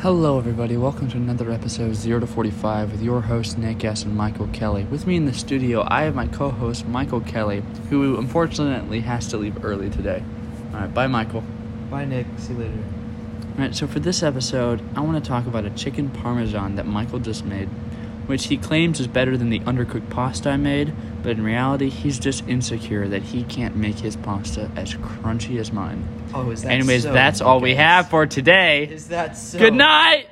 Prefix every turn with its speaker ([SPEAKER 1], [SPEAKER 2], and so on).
[SPEAKER 1] Hello, everybody. Welcome to another episode of 0 to 45 with your hosts, Nick S. and Michael Kelly. With me in the studio, I have my co host, Michael Kelly, who unfortunately has to leave early today. All right, bye, Michael.
[SPEAKER 2] Bye, Nick. See you later.
[SPEAKER 1] All right, so for this episode, I want to talk about a chicken parmesan that Michael just made, which he claims is better than the undercooked pasta I made, but in reality, he's just insecure that he can't make his pasta as crunchy as mine.
[SPEAKER 2] Oh, is that
[SPEAKER 1] Anyways,
[SPEAKER 2] so,
[SPEAKER 1] that's all we
[SPEAKER 2] guys?
[SPEAKER 1] have for today.
[SPEAKER 2] Is that so?
[SPEAKER 1] Good night!